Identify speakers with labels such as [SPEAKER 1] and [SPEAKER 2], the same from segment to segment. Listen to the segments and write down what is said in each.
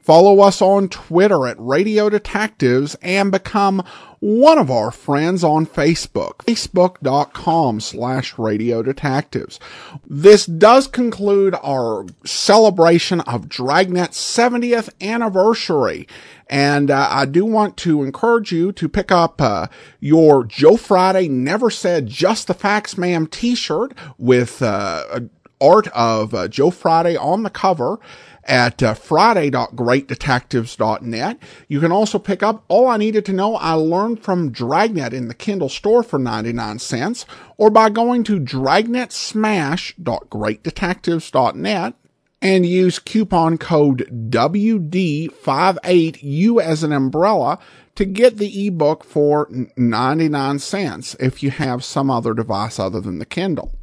[SPEAKER 1] Follow us on Twitter at Radio Detectives and become one of our friends on Facebook, facebook.com slash radio detectives. This does conclude our celebration of Dragnet's 70th anniversary. And uh, I do want to encourage you to pick up uh, your Joe Friday Never Said Just the Facts Ma'am t-shirt with uh, art of uh, Joe Friday on the cover at uh, friday.greatdetectives.net. You can also pick up All I Needed to Know I Learned from Dragnet in the Kindle store for 99 cents or by going to dragnetsmash.greatdetectives.net and use coupon code WD58U as an umbrella to get the ebook for 99 cents if you have some other device other than the Kindle.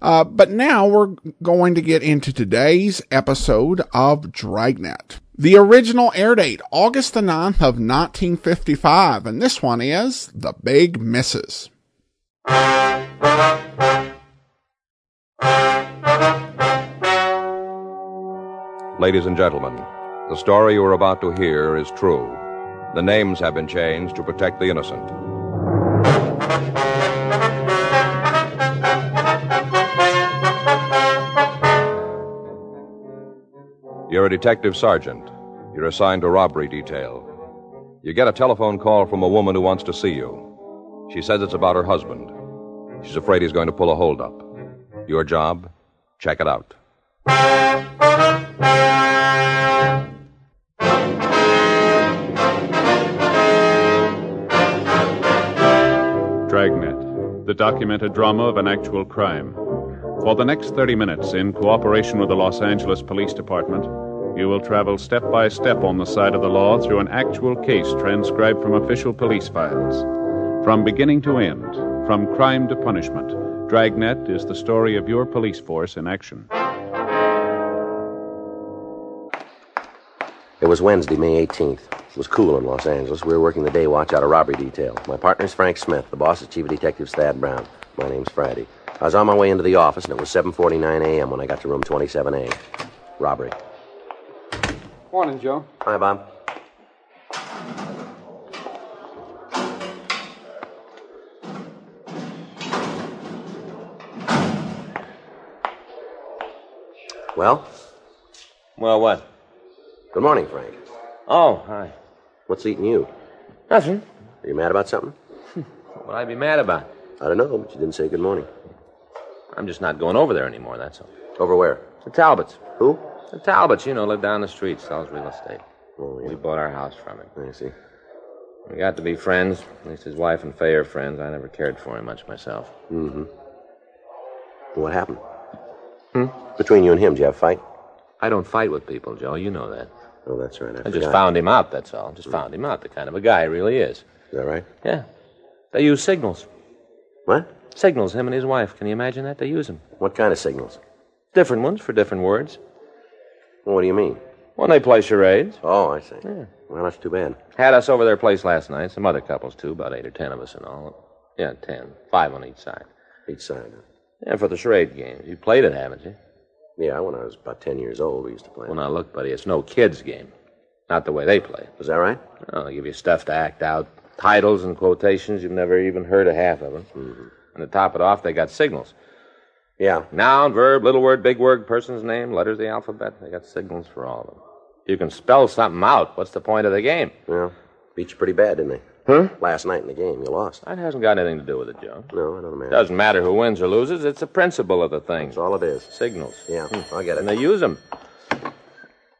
[SPEAKER 1] Uh, but now we're going to get into today's episode of Dragnet. The original air date, August the 9th of 1955, and this one is The Big Misses.
[SPEAKER 2] Ladies and gentlemen, the story you are about to hear is true. The names have been changed to protect the innocent. You're a detective sergeant. You're assigned to robbery detail. You get a telephone call from a woman who wants to see you. She says it's about her husband. She's afraid he's going to pull a holdup. Your job? Check it out.
[SPEAKER 3] Dragnet, the documented drama of an actual crime. For the next 30 minutes, in cooperation with the Los Angeles Police Department, you will travel step by step on the side of the law through an actual case transcribed from official police files. From beginning to end, from crime to punishment, Dragnet is the story of your police force in action.
[SPEAKER 4] It was Wednesday, May 18th. It was cool in Los Angeles. We were working the day watch out of robbery detail. My partner's Frank Smith. The boss is Chief of Detectives Thad Brown. My name's Friday. I was on my way into the office, and it was 7.49 a.m. when I got to room 27A. Robbery.
[SPEAKER 5] Morning, Joe.
[SPEAKER 4] Hi, Bob. Well,
[SPEAKER 6] Well, what?
[SPEAKER 4] good morning, Frank.
[SPEAKER 6] Oh, hi.
[SPEAKER 4] What's eating you?
[SPEAKER 6] Nothing.
[SPEAKER 4] Are you mad about something?
[SPEAKER 6] What would I be mad about?
[SPEAKER 4] I don't know, but you didn't say good morning.
[SPEAKER 6] I'm just not going over there anymore, that's all.
[SPEAKER 4] Over where?
[SPEAKER 6] The Talbots.
[SPEAKER 4] Who?
[SPEAKER 6] The Talbots, you know, live down the street, sells real estate.
[SPEAKER 4] Oh,
[SPEAKER 6] We bought our house from him.
[SPEAKER 4] yeah. I see.
[SPEAKER 6] We got to be friends. At least his wife and Fay are friends. I never cared for him much myself.
[SPEAKER 4] What happened? Between you and him, did you have a fight?
[SPEAKER 6] I don't fight with people, Joe. You know that.
[SPEAKER 4] Oh, that's right. I,
[SPEAKER 6] I just
[SPEAKER 4] forgot.
[SPEAKER 6] found him out, that's all. Just found him out, the kind of a guy he really is.
[SPEAKER 4] Is that right?
[SPEAKER 6] Yeah. They use signals.
[SPEAKER 4] What?
[SPEAKER 6] Signals, him and his wife. Can you imagine that? They use them.
[SPEAKER 4] What kind of signals?
[SPEAKER 6] Different ones for different words.
[SPEAKER 4] Well, what do you mean?
[SPEAKER 6] When they play charades.
[SPEAKER 4] Oh, I see. Well, that's too bad.
[SPEAKER 6] Had us over their place last night. Some other couples, too, about eight or ten of us in all. Yeah, ten. Five on each side.
[SPEAKER 4] Each side. huh?
[SPEAKER 6] Yeah, for the charade games. You played it, haven't you?
[SPEAKER 4] Yeah, when I was about 10 years old, we used to play.
[SPEAKER 6] Well, now look, buddy, it's no kids' game. Not the way they play.
[SPEAKER 4] Is that right?
[SPEAKER 6] Oh, they give you stuff to act out, titles and quotations. You've never even heard a half of them. And to top it off, they got signals
[SPEAKER 4] Yeah.
[SPEAKER 6] noun, verb, little word, big word, person's name, letters of the alphabet. They got signals for all of them. You can spell something out. What's the point of the game?
[SPEAKER 4] Well, beat you pretty bad, didn't they? Huh? Last night in the game, you lost.
[SPEAKER 6] That hasn't got anything to do with it, Joe.
[SPEAKER 4] No, I don't imagine.
[SPEAKER 6] Doesn't matter who wins or loses, it's the principle of the thing.
[SPEAKER 4] That's all it is.
[SPEAKER 6] Signals.
[SPEAKER 4] Yeah, I get
[SPEAKER 6] And
[SPEAKER 4] it.
[SPEAKER 6] they use them.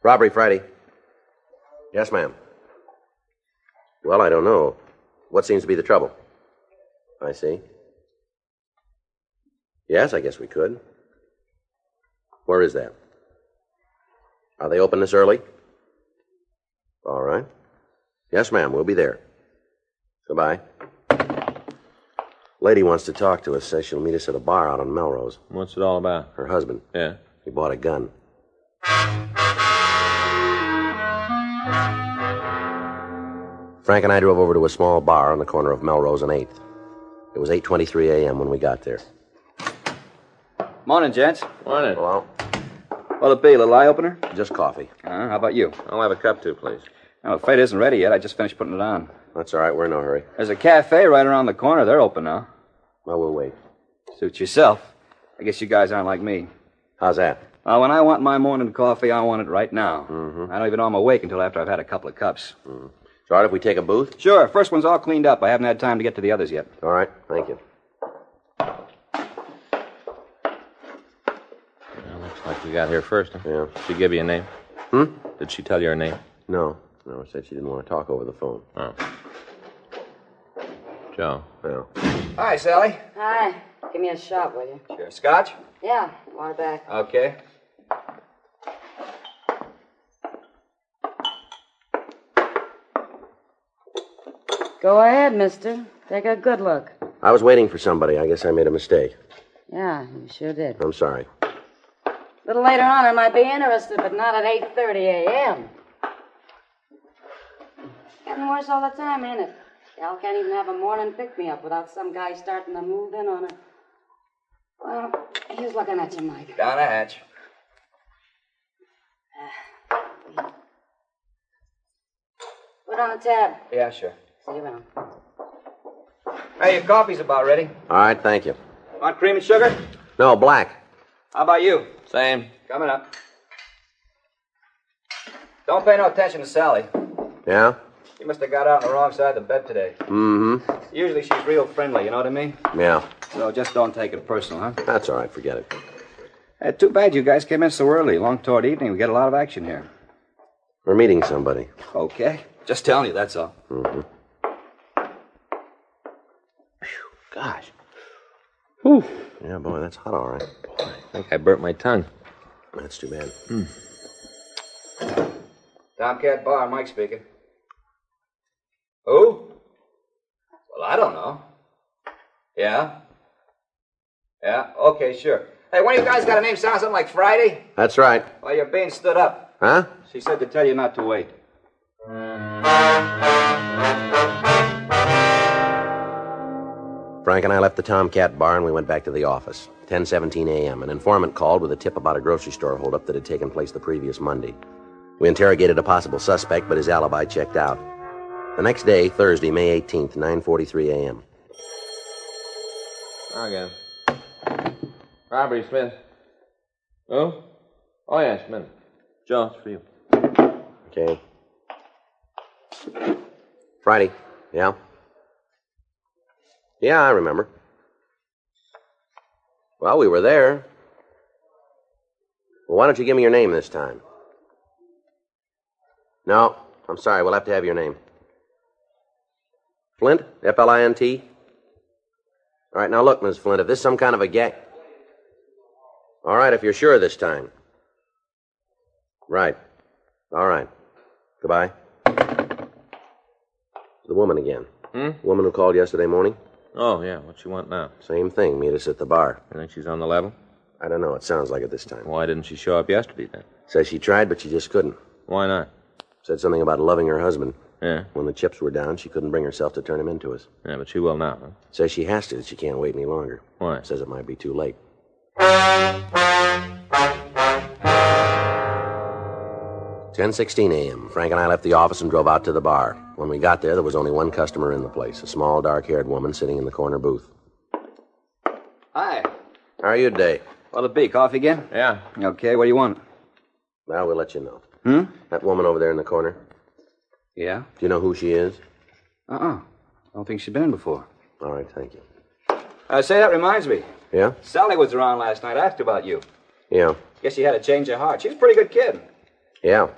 [SPEAKER 4] Robbery Friday. Yes, ma'am. Well, I don't know. What seems to be the trouble? I see. Yes, I guess we could. Where is that? Are they open this early? All right. Yes, ma'am, we'll be there. Goodbye. Lady wants to talk to us, says she'll meet us at a bar out on Melrose.
[SPEAKER 6] What's it all about?
[SPEAKER 4] Her husband.
[SPEAKER 6] Yeah.
[SPEAKER 4] He bought a gun. Frank and I drove over to a small bar on the corner of Melrose and 8th. It was 8.23 a.m. when we got there.
[SPEAKER 7] Morning, gents.
[SPEAKER 6] Morning.
[SPEAKER 4] Hello?
[SPEAKER 7] What'll it be, a little eye opener?
[SPEAKER 4] Just coffee.
[SPEAKER 7] Uh, how about you?
[SPEAKER 6] I'll have a cup too, please.
[SPEAKER 7] I'm afraid it isn't ready yet. I just finished putting it on.
[SPEAKER 4] That's all right. We're in no hurry.
[SPEAKER 7] There's a cafe right around the corner. They're open now.
[SPEAKER 4] Well, we'll wait.
[SPEAKER 7] Suit yourself. I guess you guys aren't like me.
[SPEAKER 4] How's that?
[SPEAKER 7] Uh, when I want my morning coffee, I want it right now.
[SPEAKER 6] Mm-hmm.
[SPEAKER 7] I don't even know I'm awake until after I've had a couple of cups.
[SPEAKER 4] It's all right if we take a booth?
[SPEAKER 7] Sure, first one's all cleaned up. I haven't had time to get to the others yet.
[SPEAKER 4] All right. Thank you.
[SPEAKER 6] Looks like we got here first. Huh?
[SPEAKER 4] Yeah.
[SPEAKER 6] She give you a name?
[SPEAKER 4] Hmm?
[SPEAKER 6] Did she tell you her name?
[SPEAKER 4] No. No, she said she didn't want to talk over the phone.
[SPEAKER 6] Oh. Joe.
[SPEAKER 4] Well,
[SPEAKER 7] Hi, Sally.
[SPEAKER 5] Hi. Give me a shot, will you?
[SPEAKER 7] Sure. Scotch?
[SPEAKER 5] Yeah, want it back.
[SPEAKER 7] Okay.
[SPEAKER 5] Go ahead, mister. Take a good look.
[SPEAKER 4] I was waiting for somebody. I guess I made a mistake.
[SPEAKER 5] Yeah, you sure did.
[SPEAKER 4] I'm sorry.
[SPEAKER 5] A little later on, I might be interested, but not at 8.30 a.m. Getting worse all the time, ain't it? Gal can't even have a morning pick-me-up without some guy starting to move in on her. Well, he's looking at you, Mike.
[SPEAKER 7] Down a hatch.
[SPEAKER 5] Put on the tab.
[SPEAKER 7] Yeah, sure.
[SPEAKER 5] See you around.
[SPEAKER 7] Hey, your coffee's about ready.
[SPEAKER 4] All right. Thank you.
[SPEAKER 7] Want cream and sugar?
[SPEAKER 4] No, black.
[SPEAKER 7] How about you?
[SPEAKER 6] Same.
[SPEAKER 7] Coming up. Don't pay no attention to Sally.
[SPEAKER 4] Yeah?
[SPEAKER 7] She must have got out on the wrong side of the bed today.
[SPEAKER 4] Mm
[SPEAKER 7] Usually she's real friendly, you know what I mean?
[SPEAKER 4] hmm. Yeah.
[SPEAKER 7] So just don't take it personal, huh?
[SPEAKER 4] That's all right. Forget it.
[SPEAKER 7] Hey, Eh, too bad you guys came in so early. Long toward evening, we get a lot of action here.
[SPEAKER 4] We're meeting somebody.
[SPEAKER 7] Okay. Just telling you, that's all.
[SPEAKER 4] Gosh. Whew. Yeah, boy, that's hot, all right.
[SPEAKER 6] I think I burnt my tongue.
[SPEAKER 4] That's too bad.
[SPEAKER 7] Tomcat Bar, Mike speaking. Who? Well, I don't know. Yeah? Yeah, okay, sure. Hey, one of you guys got a name sound something like Friday?
[SPEAKER 4] That's right.
[SPEAKER 7] Well, you're being stood up.
[SPEAKER 4] Huh?
[SPEAKER 7] She said to tell you not to wait.
[SPEAKER 4] Frank and I left the Tomcat bar and we went back to the office. 10:17 a.m. An informant called with a tip about a grocery store holdup that had taken place the previous Monday. We interrogated a possible suspect, but his alibi checked out. The next day, Thursday, May 18th, 9:43 a.m.
[SPEAKER 6] Now again. Robbery, Smith. Who? Oh, yeah, Smith. Joe, it's for you.
[SPEAKER 4] Okay. Friday. Yeah. Yeah, I remember. Well, we were there. Well, why don't you give me your name this time? No, I'm sorry. We'll have to have your name. Flint? F L I N T? All right, now look, Miss Flint, if this is some kind of a gag. All right, if you're sure this time. Right. All right. Goodbye. The woman again.
[SPEAKER 6] Hmm?
[SPEAKER 4] Woman who called yesterday morning.
[SPEAKER 6] Oh, yeah. What you want now?
[SPEAKER 4] Same thing. Meet us at the bar.
[SPEAKER 6] You think she's on the level?
[SPEAKER 4] I don't know. It sounds like it this time.
[SPEAKER 6] Why didn't she show up yesterday then?
[SPEAKER 4] Says she tried, but she just couldn't.
[SPEAKER 6] Why not?
[SPEAKER 4] Said something about loving her husband.
[SPEAKER 6] Yeah.
[SPEAKER 4] When the chips were down, she couldn't bring herself to turn him into us.
[SPEAKER 6] Yeah, but she will now, huh?
[SPEAKER 4] Says she has to. She can't wait any longer.
[SPEAKER 6] Why?
[SPEAKER 4] Says it might be too late. Ten sixteen a.m. Frank and I left the office and drove out to the bar. When we got there, there was only one customer in the place—a small, dark-haired woman sitting in the corner booth.
[SPEAKER 7] Hi.
[SPEAKER 4] How are you today?
[SPEAKER 7] What'll it be, coffee again?
[SPEAKER 6] Yeah.
[SPEAKER 7] Okay, what do you want?
[SPEAKER 4] Well, we'll let you know.
[SPEAKER 7] Hmm?
[SPEAKER 4] That woman over there in the corner.
[SPEAKER 7] Yeah?
[SPEAKER 4] Do you know who she is?
[SPEAKER 7] Uh-uh. Don't think she's been in before.
[SPEAKER 4] All right, thank you.
[SPEAKER 7] Uh, say, that reminds me.
[SPEAKER 4] Yeah?
[SPEAKER 7] Sally was around last night. I asked about you.
[SPEAKER 4] Yeah.
[SPEAKER 7] Guess she had a change of heart. She was a pretty good kid.
[SPEAKER 4] Yeah.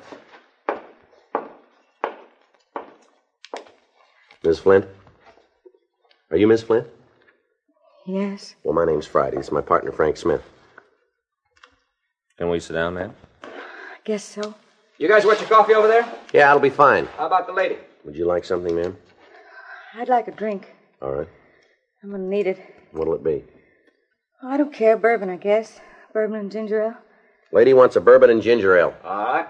[SPEAKER 4] Miss Flint? Are you Miss Flint?
[SPEAKER 5] Yes?
[SPEAKER 4] Well, my name's Friday. It's my partner, Frank Smith.
[SPEAKER 6] Can we sit down, man?
[SPEAKER 5] I guess so.
[SPEAKER 7] You guys want your coffee over there?
[SPEAKER 4] Yeah, it'll be fine.
[SPEAKER 7] How about the lady?
[SPEAKER 4] Would you like something, ma'am?
[SPEAKER 5] I'd like a drink.
[SPEAKER 4] All right.
[SPEAKER 5] I'm gonna need it.
[SPEAKER 4] What'll it be?
[SPEAKER 5] Oh, I don't care. Bourbon, I guess. Bourbon and ginger ale.
[SPEAKER 4] Lady wants a bourbon and ginger ale.
[SPEAKER 7] All right.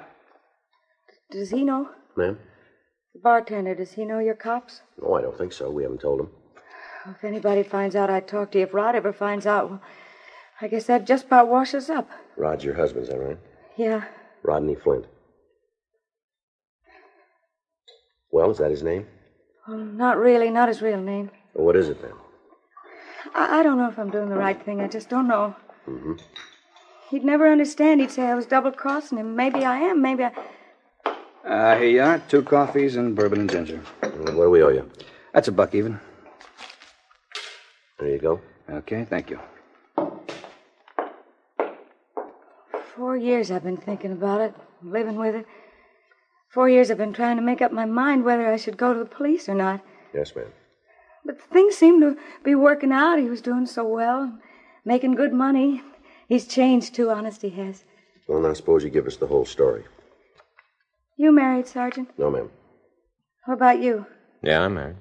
[SPEAKER 5] Does he know?
[SPEAKER 4] Uh, Ma'am?
[SPEAKER 8] The bartender, does he know you're cops?
[SPEAKER 4] Oh, I don't think so. We haven't told him.
[SPEAKER 8] If anybody finds out I talked to you, if Rod ever finds out, well, I guess that just about washes up.
[SPEAKER 4] Rod's your husband, is that right?
[SPEAKER 8] Yeah.
[SPEAKER 4] Rodney Flint. Well, is that his name?
[SPEAKER 8] Well, not really, not his real name.
[SPEAKER 4] Well, what is it then?
[SPEAKER 8] I, I don't know if I'm doing the right thing. I just don't know. He'd never understand. He'd say I was double crossing him. Maybe I am. Maybe I.
[SPEAKER 7] Uh, here you are. Two coffees and bourbon and ginger.
[SPEAKER 4] And What do we owe you?
[SPEAKER 7] That's a buck even.
[SPEAKER 4] There you go.
[SPEAKER 7] Okay, thank you.
[SPEAKER 8] Four years I've been thinking about it, living with it. Four years I've been trying to make up my mind whether I should go to the police or not.
[SPEAKER 4] Yes, ma'am.
[SPEAKER 8] But things seemed to be working out. He was doing so well, making good money. He's changed too, honest he has.
[SPEAKER 4] Well, now suppose you give us the whole story.
[SPEAKER 8] You married, Sergeant?
[SPEAKER 4] No, ma'am.
[SPEAKER 8] What about you?
[SPEAKER 6] Yeah, I'm married.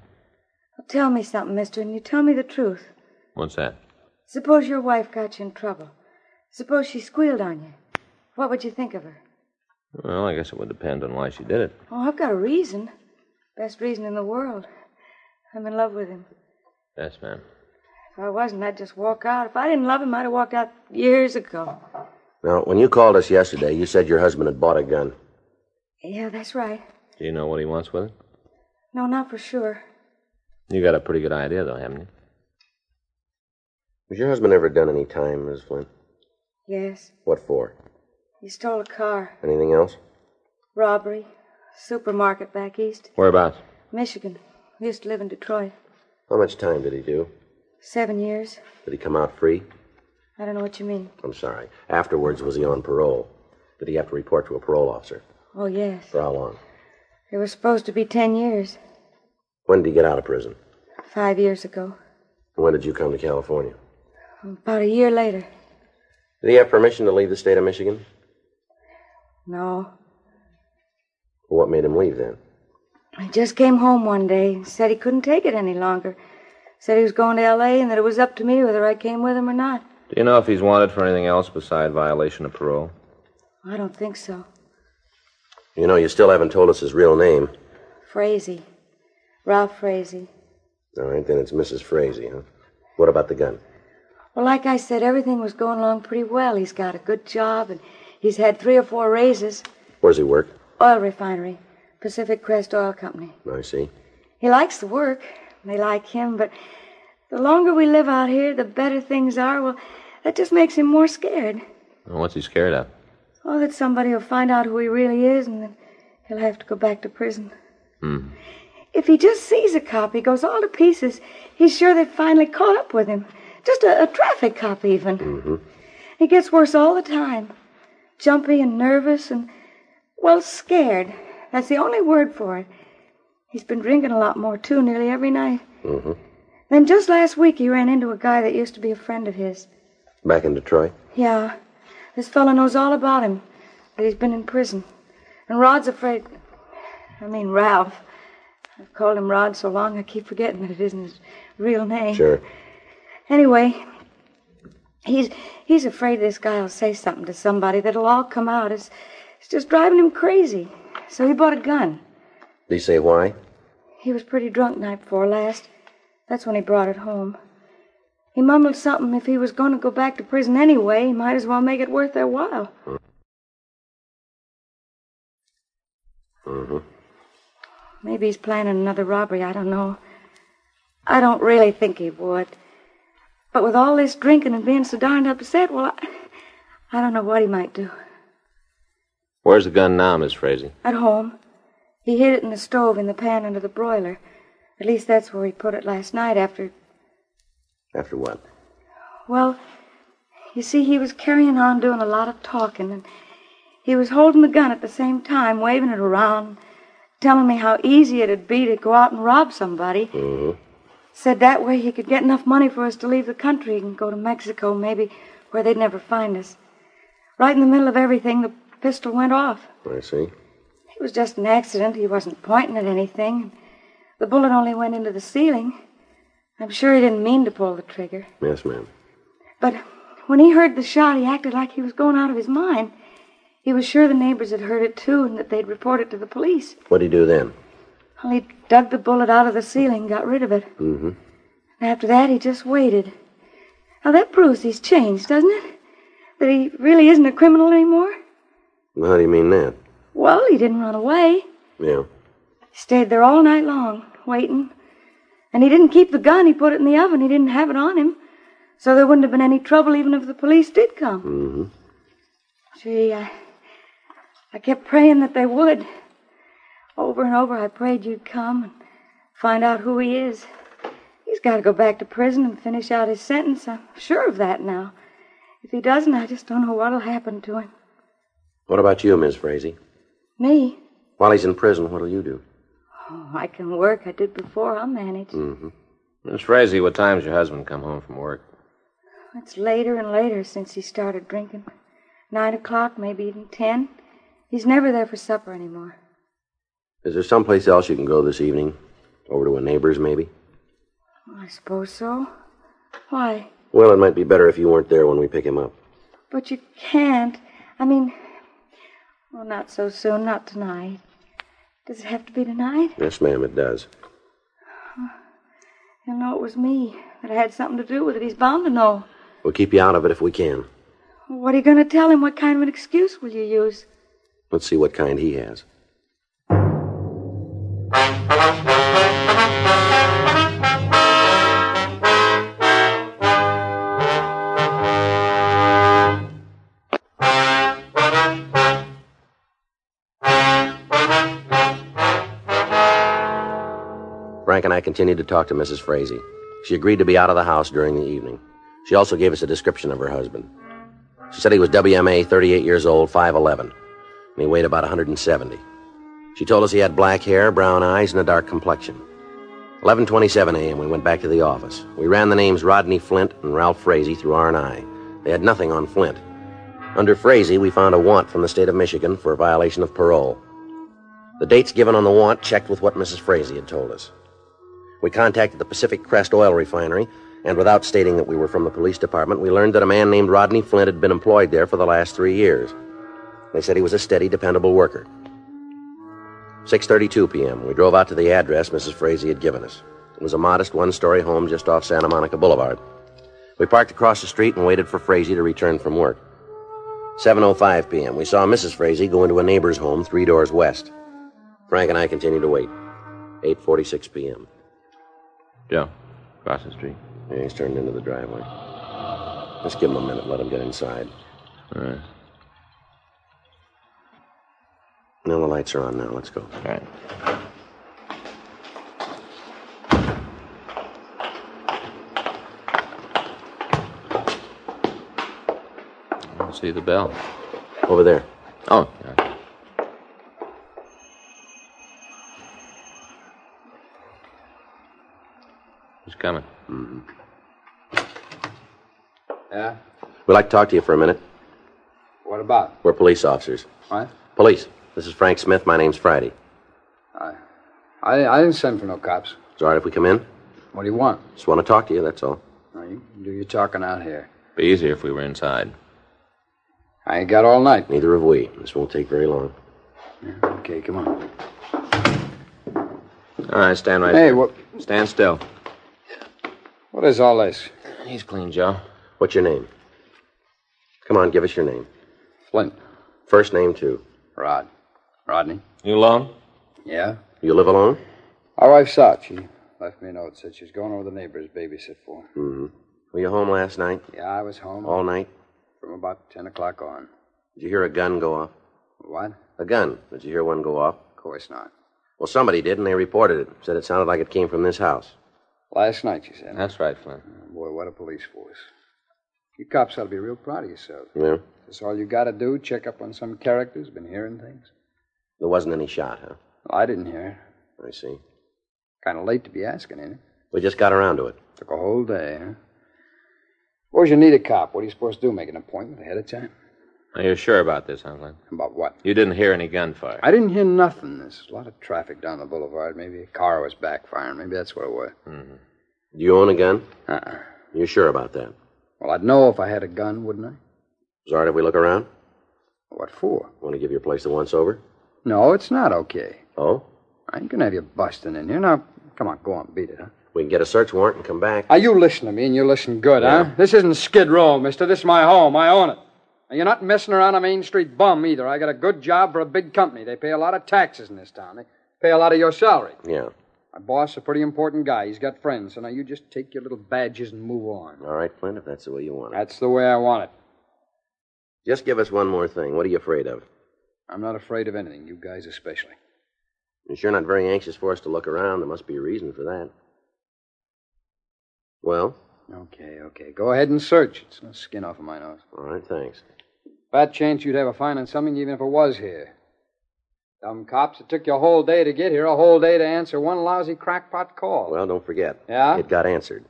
[SPEAKER 8] Tell me something, mister, and you tell me the truth.
[SPEAKER 6] What's that?
[SPEAKER 8] Suppose your wife got you in trouble. Suppose she squealed on you. What would you think of her?
[SPEAKER 6] Well, I guess it would depend on why she did it.
[SPEAKER 8] Oh, I've got a reason. Best reason in the world. I'm in love with him.
[SPEAKER 6] Yes, ma'am.
[SPEAKER 8] If I wasn't, I'd just walk out. If I didn't love him, I'd have walked out years ago.
[SPEAKER 4] Now, when you called us yesterday, you said your husband had bought a gun.
[SPEAKER 8] Yeah, that's right.
[SPEAKER 6] Do you know what he wants with it?
[SPEAKER 8] No, not for sure.
[SPEAKER 6] You got a pretty good idea, though, haven't you?
[SPEAKER 4] Was your husband ever done any time, Miss Flynn?
[SPEAKER 8] Yes,
[SPEAKER 4] What for?
[SPEAKER 8] he stole a car.
[SPEAKER 4] Anything else?
[SPEAKER 8] Robbery. Supermarket back east.
[SPEAKER 6] Whereabouts?
[SPEAKER 8] Michigan. Used to live in Detroit.
[SPEAKER 4] How much time did he do?
[SPEAKER 8] Seven years.
[SPEAKER 4] Did he come out free?
[SPEAKER 8] I don't know what you mean.
[SPEAKER 4] I'm sorry. Afterwards, was he on parole? Did he have to report to a parole officer?
[SPEAKER 8] Oh, yes.
[SPEAKER 4] For how long?
[SPEAKER 8] It was supposed to be ten years.
[SPEAKER 4] When did he get out of prison?
[SPEAKER 8] Five years ago.
[SPEAKER 4] And when did you come to California?
[SPEAKER 8] About a year later.
[SPEAKER 4] Did he have permission to leave the state of Michigan?
[SPEAKER 8] No.
[SPEAKER 4] Well, what made him leave then?
[SPEAKER 8] He just came home one day and said he couldn't take it any longer. Said he was going to L.A. and that it was up to me whether I came with him or not.
[SPEAKER 6] Do you know if he's wanted for anything else beside violation of parole?
[SPEAKER 8] I don't think so.
[SPEAKER 4] You know, you still haven't told us his real name.
[SPEAKER 8] Frazee. Ralph Frazee.
[SPEAKER 4] All right, then it's Mrs. Frazee, huh? What about the gun?
[SPEAKER 8] Well, like I said, everything was going along pretty well. He's got a good job and he's had three or four raises.
[SPEAKER 4] Where does he work?
[SPEAKER 8] Oil refinery, Pacific Crest Oil Company.
[SPEAKER 4] I see.
[SPEAKER 8] He likes the work. They like him, but the longer we live out here, the better things are. Well, that just makes him more scared.
[SPEAKER 6] And What's he scared of?
[SPEAKER 8] Oh, that somebody will find out who he really is, and then he'll have to go back to prison. If he just sees a cop, he goes all to pieces. He's sure they've finally caught up with him. Just a, a traffic cop, even. He gets worse all the time. Jumpy and nervous and, well, scared. That's the only word for it. He's been drinking a lot more, too, nearly every night. Then just last week, he ran into a guy that used to be a friend of his.
[SPEAKER 4] Back in Detroit?
[SPEAKER 8] Yeah. This fellow knows all about him. But he's been in prison. And Rod's afraid. I mean, Ralph. I've called him Rod so long I keep forgetting that it isn't his real name.
[SPEAKER 4] Sure.
[SPEAKER 8] Anyway, he's he's afraid this guy'll say something to somebody that'll all come out. It's it's just driving him crazy. So he bought a gun.
[SPEAKER 4] Did he say why?
[SPEAKER 8] He was pretty drunk night before last. That's when he brought it home. He mumbled something if he was going to go back to prison anyway, he might as well make it worth their while.
[SPEAKER 4] Mm-hmm.
[SPEAKER 8] Maybe he's planning another robbery. I don't know. I don't really think he would. But with all this drinking and being so darned upset, well, I, I don't know what he might do.
[SPEAKER 6] Where's the gun now, Miss Frazee?
[SPEAKER 8] At home, he hid it in the stove in the pan under the broiler. At least that's where he put it last night after.
[SPEAKER 4] After what?
[SPEAKER 8] Well, you see, he was carrying on doing a lot of talking, and he was holding the gun at the same time, waving it around, telling me how easy it'd be to go out and rob somebody.
[SPEAKER 4] Mm-hmm.
[SPEAKER 8] Said that way he could get enough money for us to leave the country and go to Mexico, maybe, where they'd never find us. Right in the middle of everything, the pistol went off.
[SPEAKER 4] I see.
[SPEAKER 8] It was just an accident. He wasn't pointing at anything. The bullet only went into the ceiling. I'm sure he didn't mean to pull the trigger.
[SPEAKER 4] Yes, ma'am.
[SPEAKER 8] But when he heard the shot, he acted like he was going out of his mind. He was sure the neighbors had heard it too and that they'd report it to the police.
[SPEAKER 4] What'd he do then?
[SPEAKER 8] Well, he dug the bullet out of the ceiling, got rid of it.
[SPEAKER 4] Mm-hmm.
[SPEAKER 8] And after that, he just waited. Now, that proves he's changed, doesn't it? That he really isn't a criminal anymore?
[SPEAKER 4] Well, how do you mean that?
[SPEAKER 8] Well, he didn't run away.
[SPEAKER 4] Yeah.
[SPEAKER 8] He stayed there all night long, waiting. And he didn't keep the gun. He put it in the oven. He didn't have it on him. So there wouldn't have been any trouble even if the police did come.
[SPEAKER 4] Mm-hmm.
[SPEAKER 8] Gee, I, I kept praying that they would. Over and over, I prayed you'd come and find out who he is. He's got to go back to prison and finish out his sentence. I'm sure of that now. If he doesn't, I just don't know what'll happen to him.
[SPEAKER 4] What about you, Miss Frazee?
[SPEAKER 8] Me?
[SPEAKER 4] While he's in prison, what'll you do?
[SPEAKER 8] Oh, I can work. I did before. I'll manage.
[SPEAKER 4] Mm-hmm.
[SPEAKER 6] Miss Frazee, what time's your husband come home from work?
[SPEAKER 8] It's later and later since he started drinking. Nine o'clock, maybe even ten. He's never there for supper anymore.
[SPEAKER 4] Is there someplace else you can go this evening? Over to a neighbor's, maybe?
[SPEAKER 8] I suppose so. Why?
[SPEAKER 4] Well, it might be better if you weren't there when we pick him up.
[SPEAKER 8] But you can't. I mean, well, not so soon, not tonight. Does it have to be tonight?
[SPEAKER 4] Yes, ma'am, it does.
[SPEAKER 8] He'll know it was me, that I had something to do with it. He's bound to know.
[SPEAKER 4] We'll keep you out of it if we can.
[SPEAKER 8] What are you going to tell him? What kind of an excuse will you use?
[SPEAKER 4] Let's see what kind he has. Frank and I continued to talk to Mrs. Frazee. She agreed to be out of the house during the evening. She also gave us a description of her husband. She said he was WMA, 38 years old, 5'11, and he weighed about 170. She told us he had black hair, brown eyes, and a dark complexion. 11:27 a.m. We went back to the office. We ran the names Rodney Flint and Ralph Frazee through R&I. They had nothing on Flint. Under Frazee, we found a want from the state of Michigan for a violation of parole. The dates given on the want checked with what Mrs. Frazee had told us. We contacted the Pacific Crest Oil Refinery, and without stating that we were from the police department, we learned that a man named Rodney Flint had been employed there for the last three years. They said he was a steady, dependable worker. 6:32 p.m. We drove out to the address Mrs. Frazee had given us. It was a modest one-story home just off Santa Monica Boulevard. We parked across the street and waited for Frazee to return from work. 7:05 p.m. We saw Mrs. Frazee go into a neighbor's home 3 doors west. Frank and I continued to wait. 8:46 p.m.
[SPEAKER 6] Joe, across the street.
[SPEAKER 4] Yeah, he's turned into the driveway. Let's give him a minute. Let him get inside.
[SPEAKER 6] All right.
[SPEAKER 4] Now the lights are on. Now let's go.
[SPEAKER 6] All right. I don't see the bell.
[SPEAKER 4] Over there.
[SPEAKER 6] Oh, yeah. Who's coming?
[SPEAKER 7] Yeah?
[SPEAKER 4] We'd like to talk to you for a minute.
[SPEAKER 7] What about?
[SPEAKER 4] We're police officers.
[SPEAKER 7] What?
[SPEAKER 4] Police. This is Frank Smith. My name's Friday.
[SPEAKER 7] I, I, I didn't send for no cops.
[SPEAKER 4] It's all right if we come in.
[SPEAKER 7] What do you want?
[SPEAKER 4] Just want to talk to you. That's all.
[SPEAKER 7] Now, you do your talking out here.
[SPEAKER 6] Be easier if we were inside.
[SPEAKER 7] I ain't got all night.
[SPEAKER 4] Neither have we. This won't take very long.
[SPEAKER 7] Okay, come on.
[SPEAKER 6] All right, stand right.
[SPEAKER 7] Hey, what,
[SPEAKER 6] Stand still.
[SPEAKER 7] what is all this?
[SPEAKER 6] He's clean, Joe.
[SPEAKER 4] What's your name? Come on, give us your name.
[SPEAKER 7] Flint.
[SPEAKER 4] First name too.
[SPEAKER 7] Rod. Rodney?
[SPEAKER 6] You alone?
[SPEAKER 7] Yeah?
[SPEAKER 4] You live alone?
[SPEAKER 7] My wife's out. She left me a note. Said she's going over to the neighbor's to babysit for. her.
[SPEAKER 4] Were you home last night?
[SPEAKER 7] Yeah, I was home
[SPEAKER 4] All night?
[SPEAKER 7] from about 10 o'clock on.
[SPEAKER 4] Did you hear a gun go off?
[SPEAKER 7] What?
[SPEAKER 4] A gun. Did you hear one go off?
[SPEAKER 7] Of course not.
[SPEAKER 4] Well, somebody did, and they reported it. Said it sounded like it came from this house.
[SPEAKER 7] Last night, she said. Oh,
[SPEAKER 6] That's right, Flint.
[SPEAKER 7] Boy, what a police force. You cops ought to be real proud of yourselves.
[SPEAKER 4] Yeah.
[SPEAKER 7] That's all you got to do, check up on some character who's been hearing things.
[SPEAKER 4] There wasn't any shot, huh?
[SPEAKER 7] Well, I didn't hear.
[SPEAKER 4] I see.
[SPEAKER 7] Kind of late to be asking, ain't it?
[SPEAKER 4] We just got around to it.
[SPEAKER 7] Took a whole day, huh? Suppose you need a cop. What are you supposed to do? Make an appointment ahead of time?
[SPEAKER 6] Are you sure about this, huh, Flint?
[SPEAKER 7] About what?
[SPEAKER 6] You didn't hear any gunfire.
[SPEAKER 7] I didn't hear nothing. There's a lot of traffic down the boulevard. Maybe a car was backfiring. Maybe that's what it was.
[SPEAKER 4] Do you own a gun?
[SPEAKER 7] Uh-uh.
[SPEAKER 4] You sure about that?
[SPEAKER 7] Well, I'd know if I had a gun, wouldn't I?
[SPEAKER 4] Is it all right if we look around?
[SPEAKER 7] What for?
[SPEAKER 4] Want to give your place the once over?
[SPEAKER 7] No, it's not okay.
[SPEAKER 4] Oh?
[SPEAKER 7] I ain't gonna have you busting in here. Now, come on, go on, beat it, huh?
[SPEAKER 4] We can get a search warrant and come back.
[SPEAKER 7] Now, you listen to me, and you listen good, huh? This isn't Skid Row, mister. This is my home. I own it. And you're not messing around a Main Street bum either. I got a good job for a big company. They pay a lot of taxes in this town. They pay a lot of your salary.
[SPEAKER 4] Yeah.
[SPEAKER 7] My boss is a pretty important guy. He's got friends. So now you just take your little badges and move on.
[SPEAKER 4] All right, Flint, if that's the way you want it.
[SPEAKER 7] That's the way I want it.
[SPEAKER 4] Just give us one more thing. What are you afraid of?
[SPEAKER 7] I'm not afraid of anything, you guys especially.
[SPEAKER 4] If you're not very anxious for us to look around, there must be a reason for that. Well,
[SPEAKER 7] Okay, okay. Go ahead and search. It's no skin off of my nose.
[SPEAKER 4] all right, thanks.
[SPEAKER 7] Fat chance you'd have a fine on something even if it was here. Dumb cops, it took you a whole day to get here, a whole day to answer one lousy crackpot call.
[SPEAKER 4] Well, don't forget.
[SPEAKER 7] Yeah?
[SPEAKER 4] It got answered.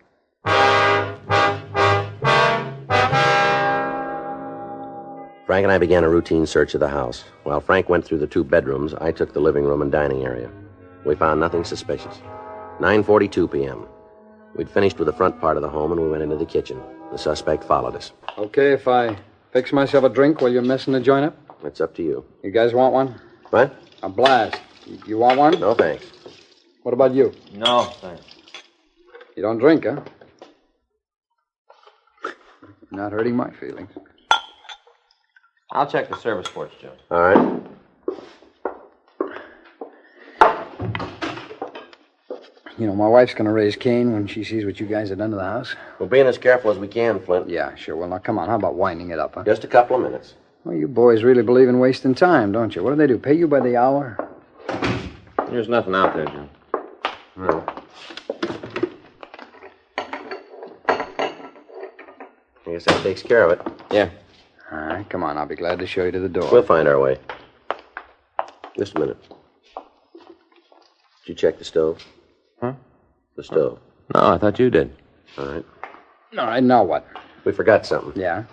[SPEAKER 4] Frank and I began a routine search of the house. While Frank went through the two bedrooms, I took the living room and dining area. We found nothing suspicious. 9:42 p.m. We'd finished with the front part of the home and we went into the kitchen. The suspect followed us.
[SPEAKER 7] okay, if I fix myself a drink while you're messing the joint up?
[SPEAKER 4] It's up to you.
[SPEAKER 7] You guys want one?
[SPEAKER 4] What?
[SPEAKER 7] A blast. You- You want one?
[SPEAKER 4] No thanks.
[SPEAKER 7] What about you?
[SPEAKER 6] No, thanks.
[SPEAKER 7] You don't drink, huh? Not hurting my feelings.
[SPEAKER 6] I'll check the service ports, Joe.
[SPEAKER 4] All right.
[SPEAKER 7] You know, my wife's gonna raise Cain when she sees what you guys have done to the house.
[SPEAKER 4] We're being as careful as we can, Flint.
[SPEAKER 7] Yeah, sure. Well, now come on. How about winding it up, huh?
[SPEAKER 4] Just a couple of minutes.
[SPEAKER 7] Well, you boys really believe in wasting time, don't you? What do they do? Pay you by the hour?
[SPEAKER 6] There's nothing out there, Joe.
[SPEAKER 4] I guess that takes care of it.
[SPEAKER 6] Yeah.
[SPEAKER 7] All right, come on. I'll be glad to show you to the door.
[SPEAKER 4] We'll find our way. Just a minute. Did you check the stove?
[SPEAKER 6] Huh?
[SPEAKER 4] The stove.
[SPEAKER 6] No, I thought you did.
[SPEAKER 4] All right.
[SPEAKER 7] All right, now what?
[SPEAKER 4] We forgot something.
[SPEAKER 7] Yeah.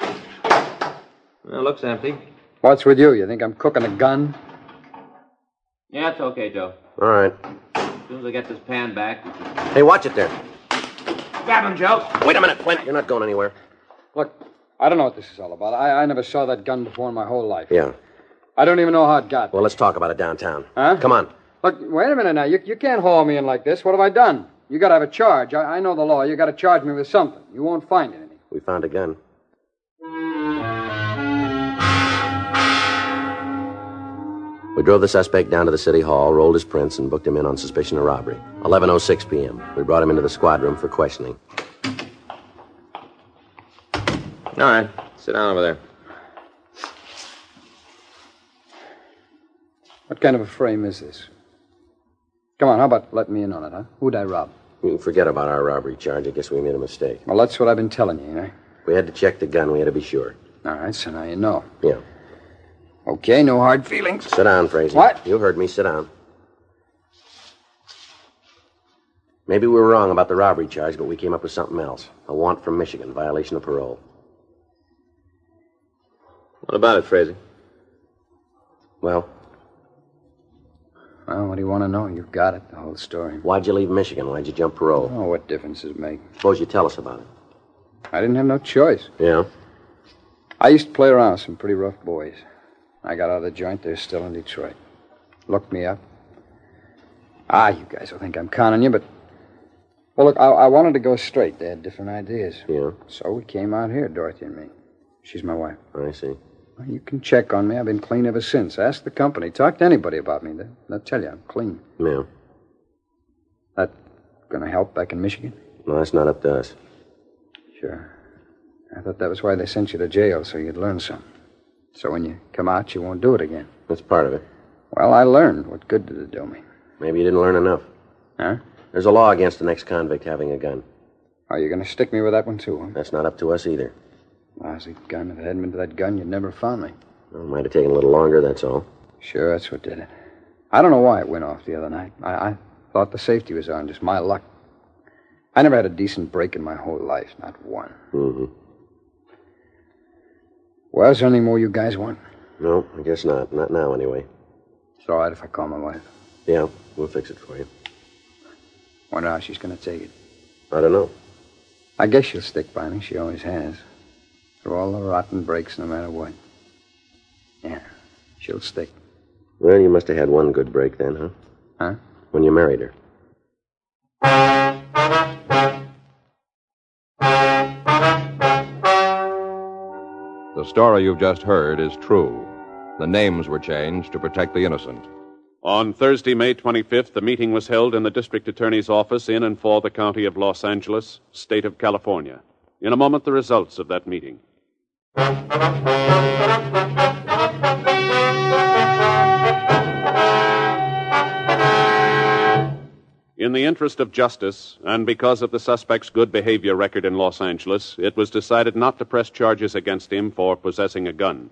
[SPEAKER 6] It looks empty.
[SPEAKER 7] What's with you? You think I'm cooking a gun?
[SPEAKER 6] Yeah, it's okay, Joe.
[SPEAKER 4] All right.
[SPEAKER 6] As soon as I get this pan back.
[SPEAKER 4] Hey, watch it there.
[SPEAKER 6] Grab him, Joe.
[SPEAKER 4] Wait a minute, Flint. You're not going anywhere.
[SPEAKER 7] Look, I don't know what this is all about. I, I never saw that gun before in my whole life.
[SPEAKER 4] Yeah.
[SPEAKER 7] I don't even know how it got.
[SPEAKER 4] Well, let's talk about it downtown.
[SPEAKER 7] Huh?
[SPEAKER 4] Come on.
[SPEAKER 7] Look, wait a minute now. You, you can't haul me in like this. What have I done? You gotta have a charge. I, I know the law. You gotta charge me with something. You won't find anything.
[SPEAKER 4] We found a gun. We drove the suspect down to the city hall, rolled his prints, and booked him in on suspicion of robbery. 11:06 p.m. We brought him into the squad room for questioning.
[SPEAKER 6] All right. Sit down over there.
[SPEAKER 7] What kind of a frame is this? Come on, how about let me in on it, huh? Who'd I rob?
[SPEAKER 4] You can forget about our robbery charge. I guess we made a mistake.
[SPEAKER 7] Well, that's what I've been telling you, you know.
[SPEAKER 4] We had to check the gun. We had to be sure.
[SPEAKER 7] All right, so now you know.
[SPEAKER 4] Yeah.
[SPEAKER 7] Okay, no hard feelings.
[SPEAKER 4] Sit down, Frazee.
[SPEAKER 7] What?
[SPEAKER 4] You heard me. Sit down. Maybe we were wrong about the robbery charge, but we came up with something else. A want from Michigan, violation of parole.
[SPEAKER 6] What about it, Frazee?
[SPEAKER 4] Well,
[SPEAKER 7] Well, what do you want to know? You've got it, the whole story.
[SPEAKER 4] why'd you leave Michigan? Why'd you jump parole?
[SPEAKER 7] Oh, what difference does it make?
[SPEAKER 4] Suppose you tell us about it.
[SPEAKER 7] I didn't have no choice.
[SPEAKER 4] Yeah.
[SPEAKER 7] I used to play around with some pretty rough boys. I got out of the joint. They're still in Detroit. Looked me up. Ah, you guys will think I'm conning you, but. Well, look, I, I wanted to go straight. They had different ideas.
[SPEAKER 4] Yeah.
[SPEAKER 7] So we came out here, Dorothy and me. She's my wife.
[SPEAKER 4] I see.
[SPEAKER 7] Well, You can check on me. I've been clean ever since. Ask the company. Talk to anybody about me. They'll, they'll tell you I'm clean.
[SPEAKER 4] Yeah.
[SPEAKER 7] That gonna help back in Michigan?
[SPEAKER 4] No, that's not up to us.
[SPEAKER 7] Sure. I thought that was why they sent you to jail, so you'd learn something. So when you come out, you won't do it again.
[SPEAKER 4] That's part of it.
[SPEAKER 7] Well, I learned. What good did it do me?
[SPEAKER 4] Maybe you didn't learn enough.
[SPEAKER 7] Huh?
[SPEAKER 4] There's a law against an ex convict having a gun.
[SPEAKER 7] Are you going to stick me with that one, too, huh?
[SPEAKER 4] That's not up to us either.
[SPEAKER 7] Lousy gun. If it hadn't been for that gun, you'd never have found me.
[SPEAKER 4] Well, it might have taken a little longer, that's all.
[SPEAKER 7] Sure, that's what did it. I don't know why it went off the other night. I, I thought the safety was on, just my luck. I never had a decent break in my whole life, not one.
[SPEAKER 4] Mm-hmm.
[SPEAKER 7] Well, is there any more you guys want?
[SPEAKER 4] No, I guess not. Not now, anyway.
[SPEAKER 7] It's all right if I call my wife.
[SPEAKER 4] Yeah, we'll fix it for you.
[SPEAKER 7] Wonder how she's going to take it.
[SPEAKER 4] I don't know.
[SPEAKER 7] I guess she'll stick by me. She always has. Through all the rotten breaks, no matter what. Yeah, she'll stick.
[SPEAKER 4] Well, you must have had one good break then, huh?
[SPEAKER 7] Huh?
[SPEAKER 4] When you married her.
[SPEAKER 2] The story you've just heard is true. The names were changed to protect the innocent.
[SPEAKER 3] On Thursday, May 25th, the meeting was held in the district attorney's office in and for the county of Los Angeles, state of California. In a moment, the results of that meeting. In the interest of justice, and because of the suspect's good behavior record in Los Angeles, it was decided not to press charges against him for possessing a gun.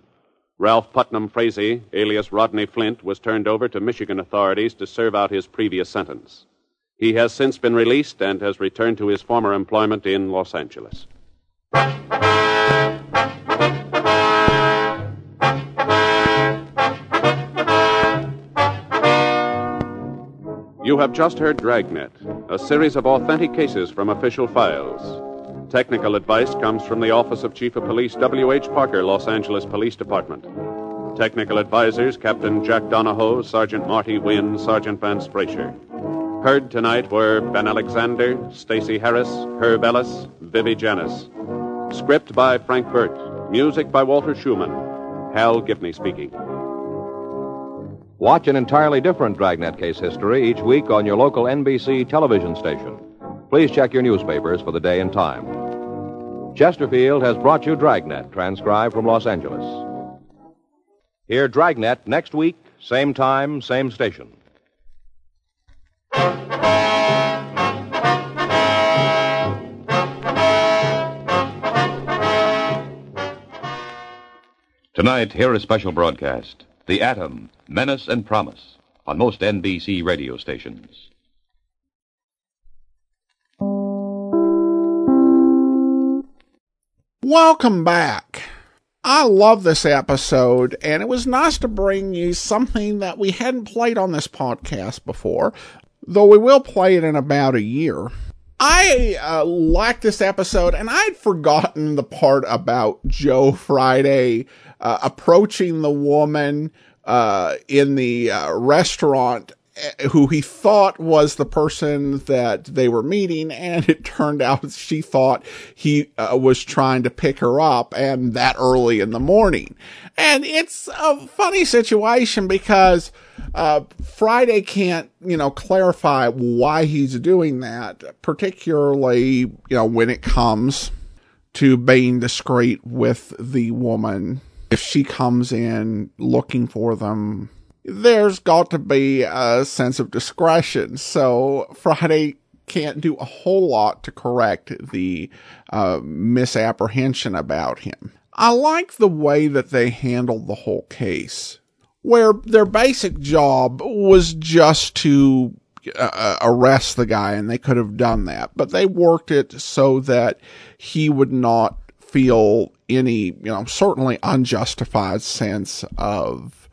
[SPEAKER 3] Ralph Putnam Frazee, alias Rodney Flint, was turned over to Michigan authorities to serve out his previous sentence. He has since been released and has returned to his former employment in Los Angeles. You have just heard Dragnet, a series of authentic cases from official files. Technical advice comes from the Office of Chief of Police W.H. Parker, Los Angeles Police Department. Technical advisors Captain Jack Donahoe, Sergeant Marty Wynn, Sergeant Vance Frazier. Heard tonight were Ben Alexander, Stacy Harris, Herb Ellis, Vivi Janis. Script by Frank Burt. Music by Walter Schumann. Hal Gibney speaking.
[SPEAKER 2] Watch an entirely different Dragnet case history each week on your local NBC television station. Please check your newspapers for the day and time. Chesterfield has brought you Dragnet, transcribed from Los Angeles. Hear Dragnet next week, same time, same station.
[SPEAKER 9] Tonight, here is special broadcast The Atom, Menace and Promise on most NBC radio stations.
[SPEAKER 1] Welcome back. I love this episode, and it was nice to bring you something that we hadn't played on this podcast before, though we will play it in about a year. I uh, liked this episode, and I'd forgotten the part about Joe Friday uh, approaching the woman uh, in the uh, restaurant eh, who he thought was the person that they were meeting, and it turned out she thought he uh, was trying to pick her up, and that early in the morning. And it's a funny situation because uh, Friday can't, you know, clarify why he's doing that, particularly, you know, when it comes to being discreet with the woman. If she comes in looking for them, there's got to be a sense of discretion. So Friday can't do a whole lot to correct the uh, misapprehension about him. I like the way that they handled the whole case where their basic job was just to uh, arrest the guy, and they could have done that, but they worked it so that he would not feel any, you know, certainly unjustified sense of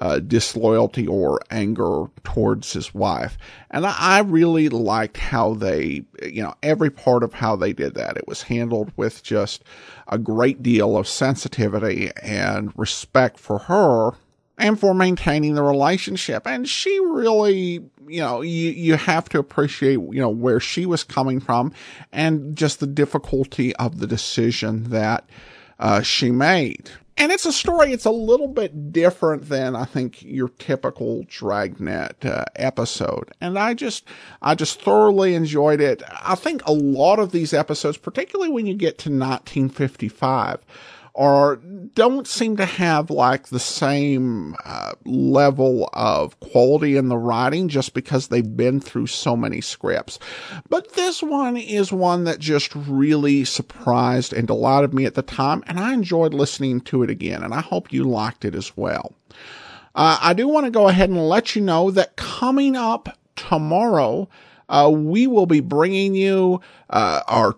[SPEAKER 1] uh, disloyalty or anger towards his wife. And I, I really liked how they, you know, every part of how they did that. It was handled with just a great deal of sensitivity and respect for her and for maintaining the relationship. And she really, you know, you, you have to appreciate, you know, where she was coming from and just the difficulty of the decision that uh, she made. And it's a story, it's a little bit different than I think your typical Dragnet uh, episode. And I just, I just thoroughly enjoyed it. I think a lot of these episodes, particularly when you get to 1955, are don't seem to have like the same uh, level of quality in the writing just because they've been through so many scripts. But this one is one that just really surprised and delighted me at the time, and I enjoyed listening to it again, and I hope you liked it as well. Uh, I do want to go ahead and let you know that coming up tomorrow, uh, we will be bringing you uh, our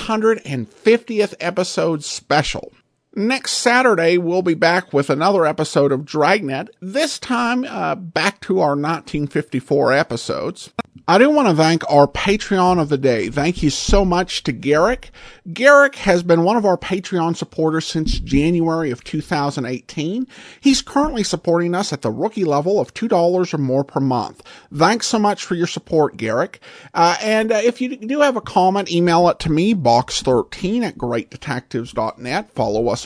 [SPEAKER 1] 2,850th episode special. Next Saturday, we'll be back with another episode of Dragnet, this time uh, back to our 1954 episodes. I do want to thank our Patreon of the day. Thank you so much to Garrick. Garrick has been one of our Patreon supporters since January of 2018. He's currently supporting us at the rookie level of $2 or more per month. Thanks so much for your support, Garrick. Uh, and uh, if you do have a comment, email it to me, box13 at greatdetectives.net. Follow us